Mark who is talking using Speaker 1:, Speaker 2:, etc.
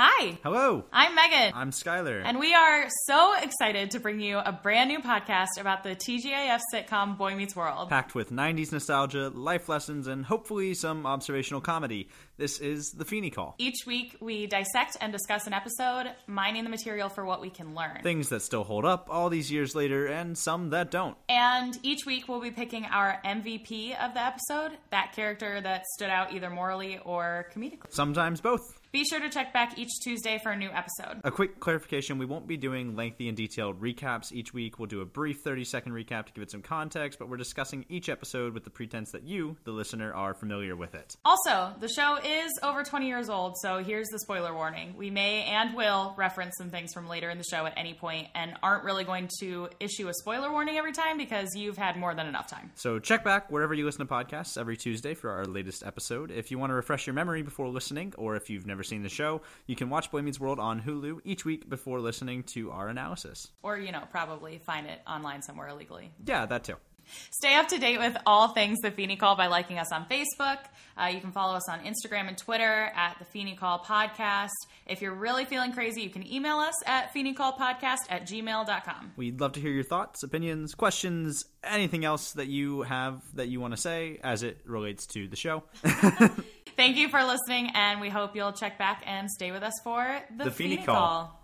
Speaker 1: Hi,
Speaker 2: Hello.
Speaker 1: I'm Megan.
Speaker 2: I'm Skylar.
Speaker 1: and we are so excited to bring you a brand new podcast about the TGIF sitcom Boy Meets World.
Speaker 2: packed with 90s nostalgia, life lessons, and hopefully some observational comedy. This is The Feeney Call.
Speaker 1: Each week, we dissect and discuss an episode, mining the material for what we can learn.
Speaker 2: Things that still hold up all these years later, and some that don't.
Speaker 1: And each week, we'll be picking our MVP of the episode, that character that stood out either morally or comedically.
Speaker 2: Sometimes both.
Speaker 1: Be sure to check back each Tuesday for a new episode.
Speaker 2: A quick clarification we won't be doing lengthy and detailed recaps each week. We'll do a brief 30 second recap to give it some context, but we're discussing each episode with the pretense that you, the listener, are familiar with it.
Speaker 1: Also, the show is over 20 years old, so here's the spoiler warning. We may and will reference some things from later in the show at any point and aren't really going to issue a spoiler warning every time because you've had more than enough time.
Speaker 2: So check back wherever you listen to podcasts every Tuesday for our latest episode. If you want to refresh your memory before listening, or if you've never seen the show, you can watch Boy Meets World on Hulu each week before listening to our analysis.
Speaker 1: Or, you know, probably find it online somewhere illegally.
Speaker 2: Yeah, that too.
Speaker 1: Stay up to date with all things The Feeney Call by liking us on Facebook. Uh, you can follow us on Instagram and Twitter at The Feeney Call Podcast. If you're really feeling crazy, you can email us at feeneycallpodcast at gmail.com.
Speaker 2: We'd love to hear your thoughts, opinions, questions, anything else that you have that you want to say as it relates to the show.
Speaker 1: Thank you for listening, and we hope you'll check back and stay with us for The,
Speaker 2: The
Speaker 1: Feeney
Speaker 2: Feeney Call.
Speaker 1: Call.